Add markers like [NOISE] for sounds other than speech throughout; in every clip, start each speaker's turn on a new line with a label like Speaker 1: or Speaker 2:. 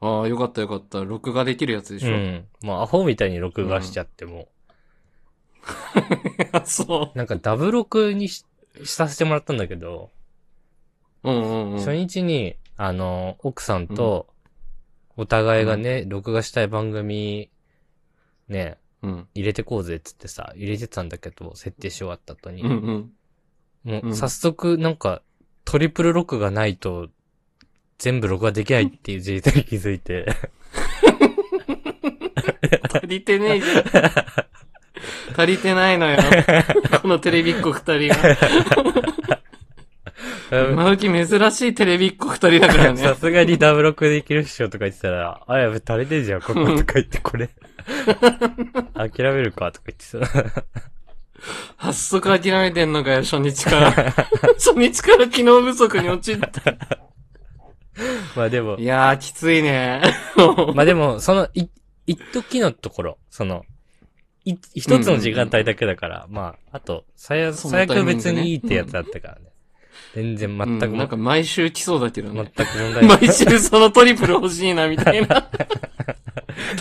Speaker 1: ああ、よかったよかった。録画できるやつでし
Speaker 2: う
Speaker 1: ょ。
Speaker 2: ん。まあ、アホみたいに録画しちゃっても、
Speaker 1: [LAUGHS] そ
Speaker 2: なんかダブ録にしさせてもらったんだけど、
Speaker 1: う。うんうんうん。
Speaker 2: 初日に、あの、奥さんと、お互いがね、録画したい番組、ね、
Speaker 1: うん。
Speaker 2: 入れてこうぜっつってさ、入れてたんだけど、設定し終わった後に、
Speaker 1: うんうん。
Speaker 2: も
Speaker 1: う
Speaker 2: うん早速なんか、トリプル録画ないと、全部録画できないっていう事態に気づい [LAUGHS] て、
Speaker 1: 足りてねえじゃん。足りてない
Speaker 2: [LAUGHS]
Speaker 1: のよ。このテレビっ子二人が。今時珍しいテレビっ子二人だからね
Speaker 2: [LAUGHS] さ。すがにダブロックできるっしょとか言ってたら、あ、やべ、足りてんじゃん、こことか言って、
Speaker 1: [LAUGHS]
Speaker 2: これ。諦めるかとか言ってさ。 [LAUGHS]
Speaker 1: 発足諦めてんのかよ、初日
Speaker 2: [LAUGHS]
Speaker 1: から。初日から機能不足に陥った。
Speaker 2: まあでも
Speaker 1: い、やー、きついね。
Speaker 2: まあでも、その、い、一時のところ、その、い、一つの時間帯だけだから、まあ、あと、最悪、
Speaker 1: その
Speaker 2: 最
Speaker 1: タイ
Speaker 2: 悪
Speaker 1: ミングね
Speaker 2: 別にいいってやつだったからね。全然全く
Speaker 1: う
Speaker 2: も、
Speaker 1: んなんか毎週来そうだけど
Speaker 2: 全
Speaker 1: ね。
Speaker 2: く問題ない。
Speaker 1: 毎週そのトリプル欲しいな、みたいな。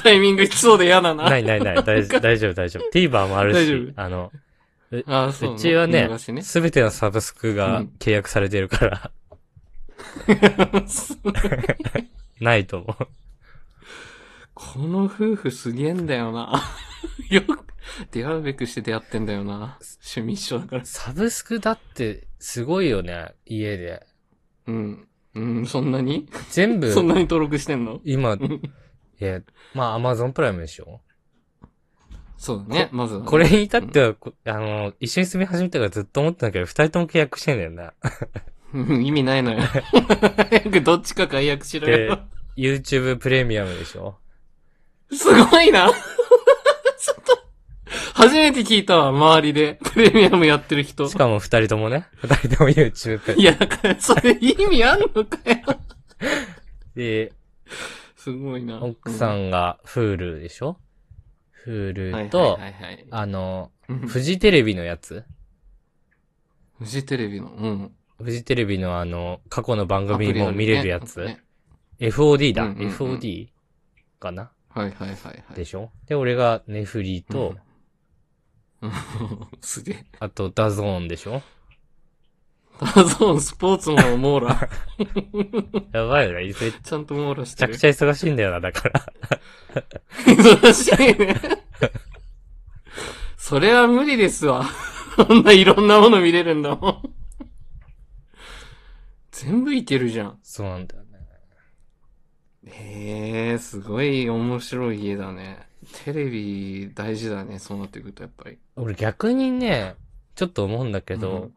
Speaker 1: タイミング来そうで嫌だな。
Speaker 2: ないないない、大丈夫、大丈夫、大丈夫。TVer もある
Speaker 1: 大
Speaker 2: し
Speaker 1: 丈、
Speaker 2: あの、
Speaker 1: あー、そう
Speaker 2: うちはね
Speaker 1: 見逃し、ね
Speaker 2: すべてのサブスク
Speaker 1: う
Speaker 2: が
Speaker 1: ん
Speaker 2: 契約されてるから、ないと思う。
Speaker 1: [LAUGHS] この夫婦すげえんだよな。 [LAUGHS] よく、出会うべくして出会ってんだよな。趣味一緒だから。
Speaker 2: サブスクだって、すごいよね、家で。
Speaker 1: うん。うん、そんなに、
Speaker 2: 全部
Speaker 1: そ、んなに登録してんの
Speaker 2: 今
Speaker 1: ん、
Speaker 2: え、まあ、アマゾンプライムでしょ
Speaker 1: そうだね、まずはね
Speaker 2: これに至っては、こあの、一緒に住み始めてからずっと思ってたんだけど、二人とも契約してんだよな。
Speaker 1: うん意味ないの
Speaker 2: [LAUGHS]
Speaker 1: よ。早くどっちか解約しろよ。
Speaker 2: YouTube プレミアムでしょ
Speaker 1: すごいな。ちょっ [LAUGHS] と、初めて聞いたわ、周りで。プレミアムやってる人
Speaker 2: し。かも二人ともね、二人とも YouTube プレ
Speaker 1: いや、だからそれ意味あんのかよ。
Speaker 2: で、
Speaker 1: すごいな。
Speaker 2: 奥さ
Speaker 1: うん
Speaker 2: が Hulu でしょ ?Hulu
Speaker 1: はい
Speaker 2: と
Speaker 1: は、いはいはい
Speaker 2: あの、
Speaker 1: うん
Speaker 2: フジテレビのやつ
Speaker 1: フジテレビの、うん。
Speaker 2: フジテレビのあの、過去の番
Speaker 1: アプリ
Speaker 2: 組
Speaker 1: あ
Speaker 2: にも
Speaker 1: ね
Speaker 2: 見れるやつ、
Speaker 1: ね
Speaker 2: FOD だ。
Speaker 1: うんうんうん
Speaker 2: FOD? かな
Speaker 1: はいはいはいはい。
Speaker 2: でしょで、俺がネフリーと、
Speaker 1: うん [LAUGHS] すげえ。
Speaker 2: あとダゾーンでしょ
Speaker 1: ダゾーンスポーツも網
Speaker 2: [LAUGHS]
Speaker 1: 羅。
Speaker 2: やばいよね。めち
Speaker 1: ちゃんと網羅して
Speaker 2: ゃ
Speaker 1: る。
Speaker 2: くちゃ忙しいんだよな、だから。 [LAUGHS]
Speaker 1: 忙しいね。それは無理ですわ。こんないろんなもの見れるんだもん。全部いけるじゃん。
Speaker 2: そうなんだよね。
Speaker 1: へえ、すごい面白い家だね。テレビ大事だね、そうなってくるとやっぱり。
Speaker 2: 俺逆にね、ちょっと思うんだけど、
Speaker 1: うん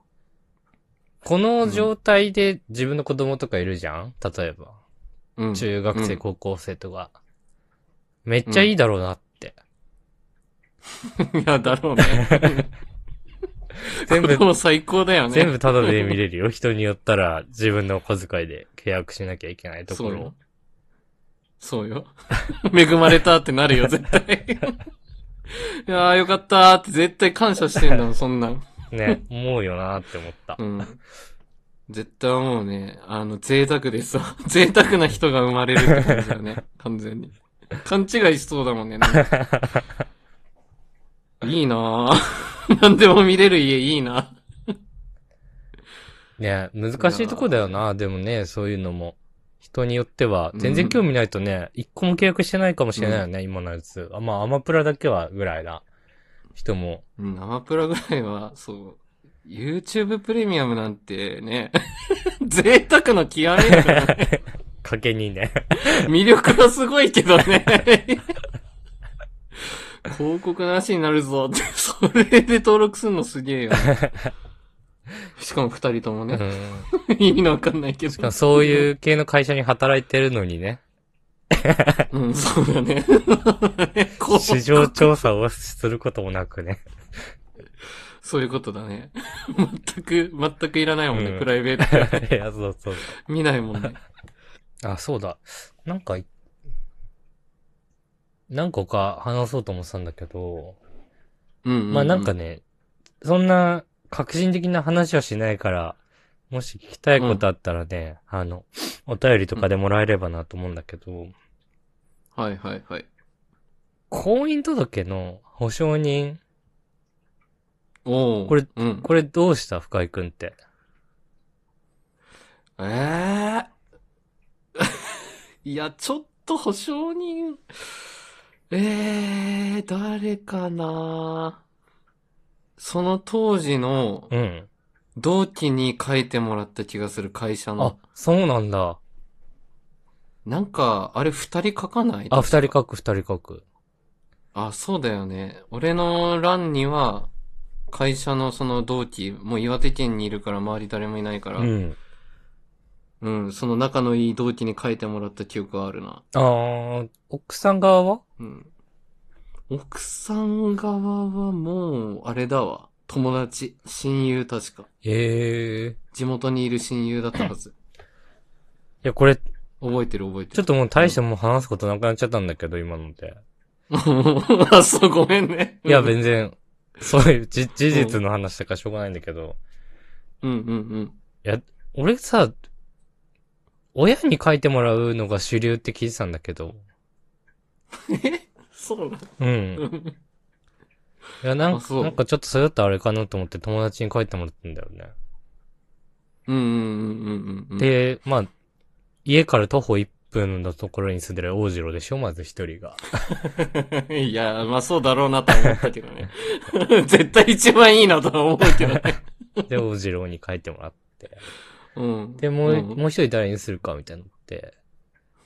Speaker 2: この状態で自分の子供とかいるじゃん例えば。
Speaker 1: うん。
Speaker 2: 中学生、
Speaker 1: うん
Speaker 2: 高校生とか。めっちゃいいだろうなって。
Speaker 1: いや、だろうね。
Speaker 2: [LAUGHS]
Speaker 1: [LAUGHS]
Speaker 2: 全部
Speaker 1: 子供最高だよね。
Speaker 2: 全部タダで見れるよ。 [LAUGHS] 人によったら自分のお小遣いで契約しなきゃいけないところを。
Speaker 1: そうよ。 [LAUGHS] 恵まれたってなるよ、絶対。 [LAUGHS] いやーよかったーって絶対感謝してん
Speaker 2: [LAUGHS]
Speaker 1: だもん、そんなん。
Speaker 2: ね、思うよなって思った
Speaker 1: う。ん。絶対もうね、あの、贅沢ですわ。 [LAUGHS] 贅沢な人が生まれるって感じだ
Speaker 2: [LAUGHS]
Speaker 1: ね。完全に。勘違いしそうだもんね。なんかいい [LAUGHS] なぁ。何でも見れる家いいな
Speaker 2: ね、難しいとこだよな。でもね、そういうのも。人によっては、全然興味ないとね、一、個も契約してないかもしれないよね、今のやつ。あまあ、アマプラだけはぐらいな人も。
Speaker 1: うん、アマプラぐらいは、そう、YouTube プレミアムなんてね、 [LAUGHS] 贅沢の極みだからね。
Speaker 2: 賭けにね。
Speaker 1: 魅力はすごいけどね。広告なしになるぞって、それで登録するのすげえよね。しかも二人とも
Speaker 2: う
Speaker 1: ね、
Speaker 2: ん。
Speaker 1: 意味のわかんないけ
Speaker 2: しか
Speaker 1: ど
Speaker 2: も。 [LAUGHS] そういう系の会社に働いてるのにね、
Speaker 1: うん、そうだ
Speaker 2: [LAUGHS]
Speaker 1: ね。こう
Speaker 2: 市場調査をすることもなくね。 [LAUGHS]
Speaker 1: そういうことだね。全く、全くいらないもんね、
Speaker 2: うん
Speaker 1: プライベート。
Speaker 2: いや、そうそう。
Speaker 1: 見ないもんね。
Speaker 2: あ、そうだ。なんかい、何個か話そうと思ってたんだけど、
Speaker 1: うんうう
Speaker 2: [LAUGHS] まあなんかね、そんな革新的な話はしないから、もし聞きたいことあったらね、あの、お便りとかでもらえればなと思うんだけど、
Speaker 1: はいはいはい。
Speaker 2: 婚姻届の保証人、
Speaker 1: おお。
Speaker 2: これ、
Speaker 1: うん。
Speaker 2: これどうした深井くんって。
Speaker 1: ええー。 [LAUGHS] いや、ちょっと保証人、ええー、誰かなその当時の
Speaker 2: うん。
Speaker 1: 同期に書いてもらった気がする会社
Speaker 2: あ
Speaker 1: の。、
Speaker 2: そうなんだ。
Speaker 1: なんか、あれ二人書かない
Speaker 2: あ、二人書く、二人書く。
Speaker 1: あ、そうだよね。俺の欄には、会社のその同期、もう岩手県にいるから周り誰もいないから、
Speaker 2: うん。
Speaker 1: うん、その仲のいい同期に書いてもらった記憶はあるな。
Speaker 2: あー、奥さん側は
Speaker 1: うん。奥さん側はもう、あれだわ。友達、親友確か。
Speaker 2: ええー。い
Speaker 1: 地元にいる親友だったはず。
Speaker 2: や、これ、ち
Speaker 1: 覚えてる覚えて
Speaker 2: ょっ
Speaker 1: る。
Speaker 2: ともう大してもう話すことなくなっちゃったんだけど、今ので。
Speaker 1: [LAUGHS] あ、そう、ごめんね。
Speaker 2: いや、全然、そういうじ事実の話とかしょうがないんだけど、
Speaker 1: うんうんうん。
Speaker 2: 俺さ、親に書いてもらうのが主流って聞いてたんだけど、
Speaker 1: えそうな
Speaker 2: うん。
Speaker 1: の
Speaker 2: いや、なん
Speaker 1: あそう
Speaker 2: なんかちょっとそれだったらあれかなと思って友達に書いてもらったんだよね。
Speaker 1: うんうんうんうんうん。、
Speaker 2: で、まあ、家から徒歩1分のところに住んでる大次郎でしょ、まず一人が。
Speaker 1: [LAUGHS] いや、まあそうだろうなとは思ったけどね。 [LAUGHS] 絶対一番いいなとは思うけどね。 [LAUGHS]
Speaker 2: で、大次郎に書いてもらって。
Speaker 1: うん。
Speaker 2: で、もう、
Speaker 1: ん
Speaker 2: もう一人誰にするかみたいになって。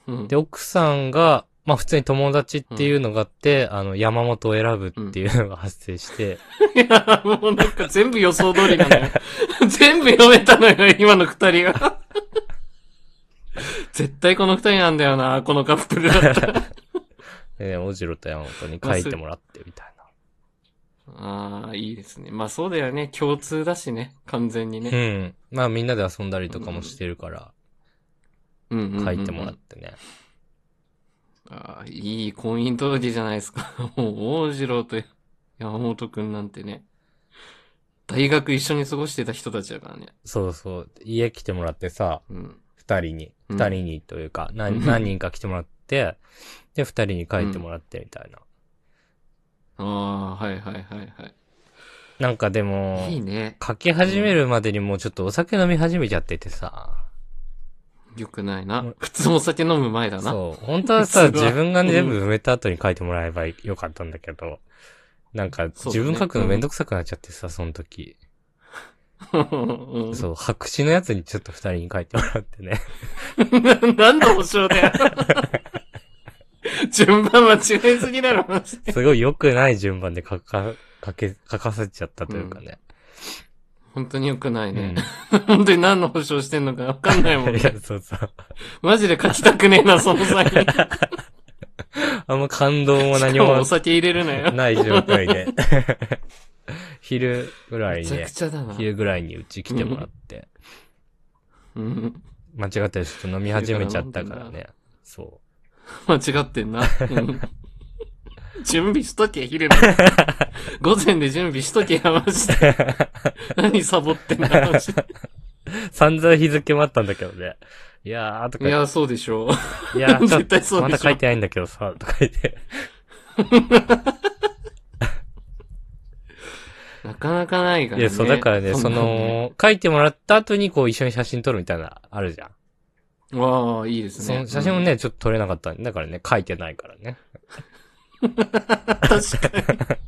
Speaker 1: うん
Speaker 2: で、奥さんが、まあ普通に友達っていうのがあって、あの、山本を選ぶっていうのが発
Speaker 1: [LAUGHS]
Speaker 2: 生して、
Speaker 1: いや、もうなんか全部予想通りなのよ。 [LAUGHS] 全部読めたのよ、今の二人が。 [LAUGHS] 絶対この二人なんだよな、このカップル
Speaker 2: [LAUGHS]
Speaker 1: だったら。
Speaker 2: で、大次郎と山本に書いてもらってみたいな。
Speaker 1: ああ、いいですね。まあそうだよね。共通だしね。完全に
Speaker 2: う
Speaker 1: ね。
Speaker 2: ん。まあみんなで遊んだりとかもしてるから、
Speaker 1: うんうんうんうん
Speaker 2: 書いてもらってね。
Speaker 1: ああ、いい婚姻届じゃないですか。 [LAUGHS] もう、大次郎と山本くんなんてね。大学一緒に過ごしてた人たちだからね。
Speaker 2: そうそう。家来てもらってさ、
Speaker 1: うん。
Speaker 2: 二人に、
Speaker 1: うん
Speaker 2: 二人にというか、
Speaker 1: う
Speaker 2: 何
Speaker 1: ん
Speaker 2: 何人か来てもらって、で、二人に書いてもらってみたいな。
Speaker 1: ああ、はいはいはい
Speaker 2: なんかでも
Speaker 1: は、い。いいね。
Speaker 2: 書き始めるまでにもうちょっとお酒飲み始めちゃっててさ、
Speaker 1: よくないな。普通お酒飲む前だな。
Speaker 2: そう、本当はさ、
Speaker 1: 普通は
Speaker 2: 自分がね
Speaker 1: うん
Speaker 2: 全部埋めた後に書いてもらえばよかったんだけど、なんか
Speaker 1: そう
Speaker 2: 自
Speaker 1: だね
Speaker 2: 分書くのめんどくさくなっちゃってさ、その時。
Speaker 1: うん
Speaker 2: [LAUGHS] そう、白紙のやつにちょっと二人に書いてもらってね。
Speaker 1: な何の保証だよ。 [LAUGHS] 順番間違えすぎだろ、マジで。
Speaker 2: すごい良くない順番で書か、書け、書かせちゃったというかね。
Speaker 1: 本当に良くないね。
Speaker 2: う
Speaker 1: 本当に何の保証してんのか分かんないも
Speaker 2: ん。 [LAUGHS]
Speaker 1: ん
Speaker 2: いや
Speaker 1: ね。、
Speaker 2: そうそう。
Speaker 1: マジで書きたくねえな、その
Speaker 2: [LAUGHS]
Speaker 1: 際に。
Speaker 2: あんま感動も
Speaker 1: し
Speaker 2: 何
Speaker 1: かも
Speaker 2: も
Speaker 1: お酒入れるなよ。
Speaker 2: ない状
Speaker 1: [LAUGHS]
Speaker 2: 態で。昼ぐら
Speaker 1: め
Speaker 2: い
Speaker 1: ちゃ
Speaker 2: ね
Speaker 1: く、ちゃだな。
Speaker 2: 昼ぐらいにうち来てもらって、
Speaker 1: うん
Speaker 2: 間違ってちょっと飲み始めちゃったからね。そ
Speaker 1: 間違ってんな。うん準備しとけ、
Speaker 2: [LAUGHS]
Speaker 1: 昼の。午前で準備しとけ、マジで。
Speaker 2: [LAUGHS]
Speaker 1: 何サボってんだ、マジで。
Speaker 2: う。散々日付もあったんだけどね。いやーとか
Speaker 1: い、や、そうでしょう。
Speaker 2: いやーちょっ
Speaker 1: 絶対そ
Speaker 2: と、
Speaker 1: うでしょ
Speaker 2: まだ書いてないんだけどさ、とか言って。
Speaker 1: なかなかないから
Speaker 2: い
Speaker 1: ね。
Speaker 2: や、そう、だからね、そ
Speaker 1: んなね。
Speaker 2: の、書いてもらった後にこう一緒に写真撮るみたいな、あるじゃん。
Speaker 1: わあ、いいです
Speaker 2: そ
Speaker 1: ね。
Speaker 2: の写真もね、ちょっと撮れなかったんだからね、書いてないからね。
Speaker 1: 確かに。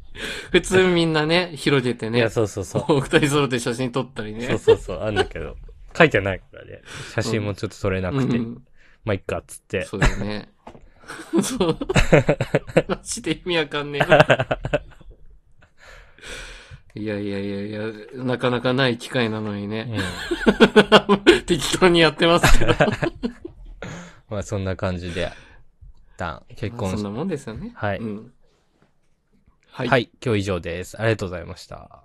Speaker 1: 普通みんなね、広げて
Speaker 2: いや、
Speaker 1: ね、
Speaker 2: そうそうそう。
Speaker 1: お二人揃って写真撮ったり
Speaker 2: そう
Speaker 1: ね。
Speaker 2: そうそう、あるんだ
Speaker 1: [LAUGHS]
Speaker 2: けど。書いてないからね。写真もちょっと撮れなくて。
Speaker 1: うん
Speaker 2: まあ、いっか、っつっ
Speaker 1: うん
Speaker 2: て。
Speaker 1: そうだよね。 [LAUGHS] そう。マジで意味わかんねえな。いやいやいやいや、なかなかない機会なのに
Speaker 2: うん
Speaker 1: ね。。適当にやってますけど。
Speaker 2: まあ、そんな感じで、一旦 [LAUGHS] 結
Speaker 1: まあ
Speaker 2: 婚
Speaker 1: そん
Speaker 2: し
Speaker 1: なもんですよね。
Speaker 2: はい
Speaker 1: うんは。
Speaker 2: はいい、今日以上です。ありがとうございました。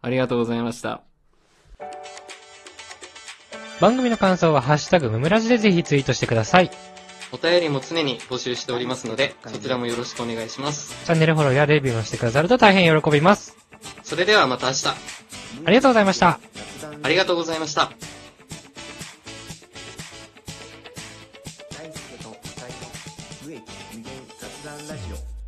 Speaker 1: ありがとうございました。
Speaker 2: 番組の感想は、ハッシュタグ、ムムラジでぜひツイートしてください。チ
Speaker 1: お便りも常に募集しておりますので、そちらもよろしくお願いします。
Speaker 2: ャンネルフォローやレビューもしてくださると大変喜びます。
Speaker 1: それではまた明日、
Speaker 2: ありがとうございました。
Speaker 1: ありがとうございました。
Speaker 3: 大輔と二人の無益無限雑談ラジオ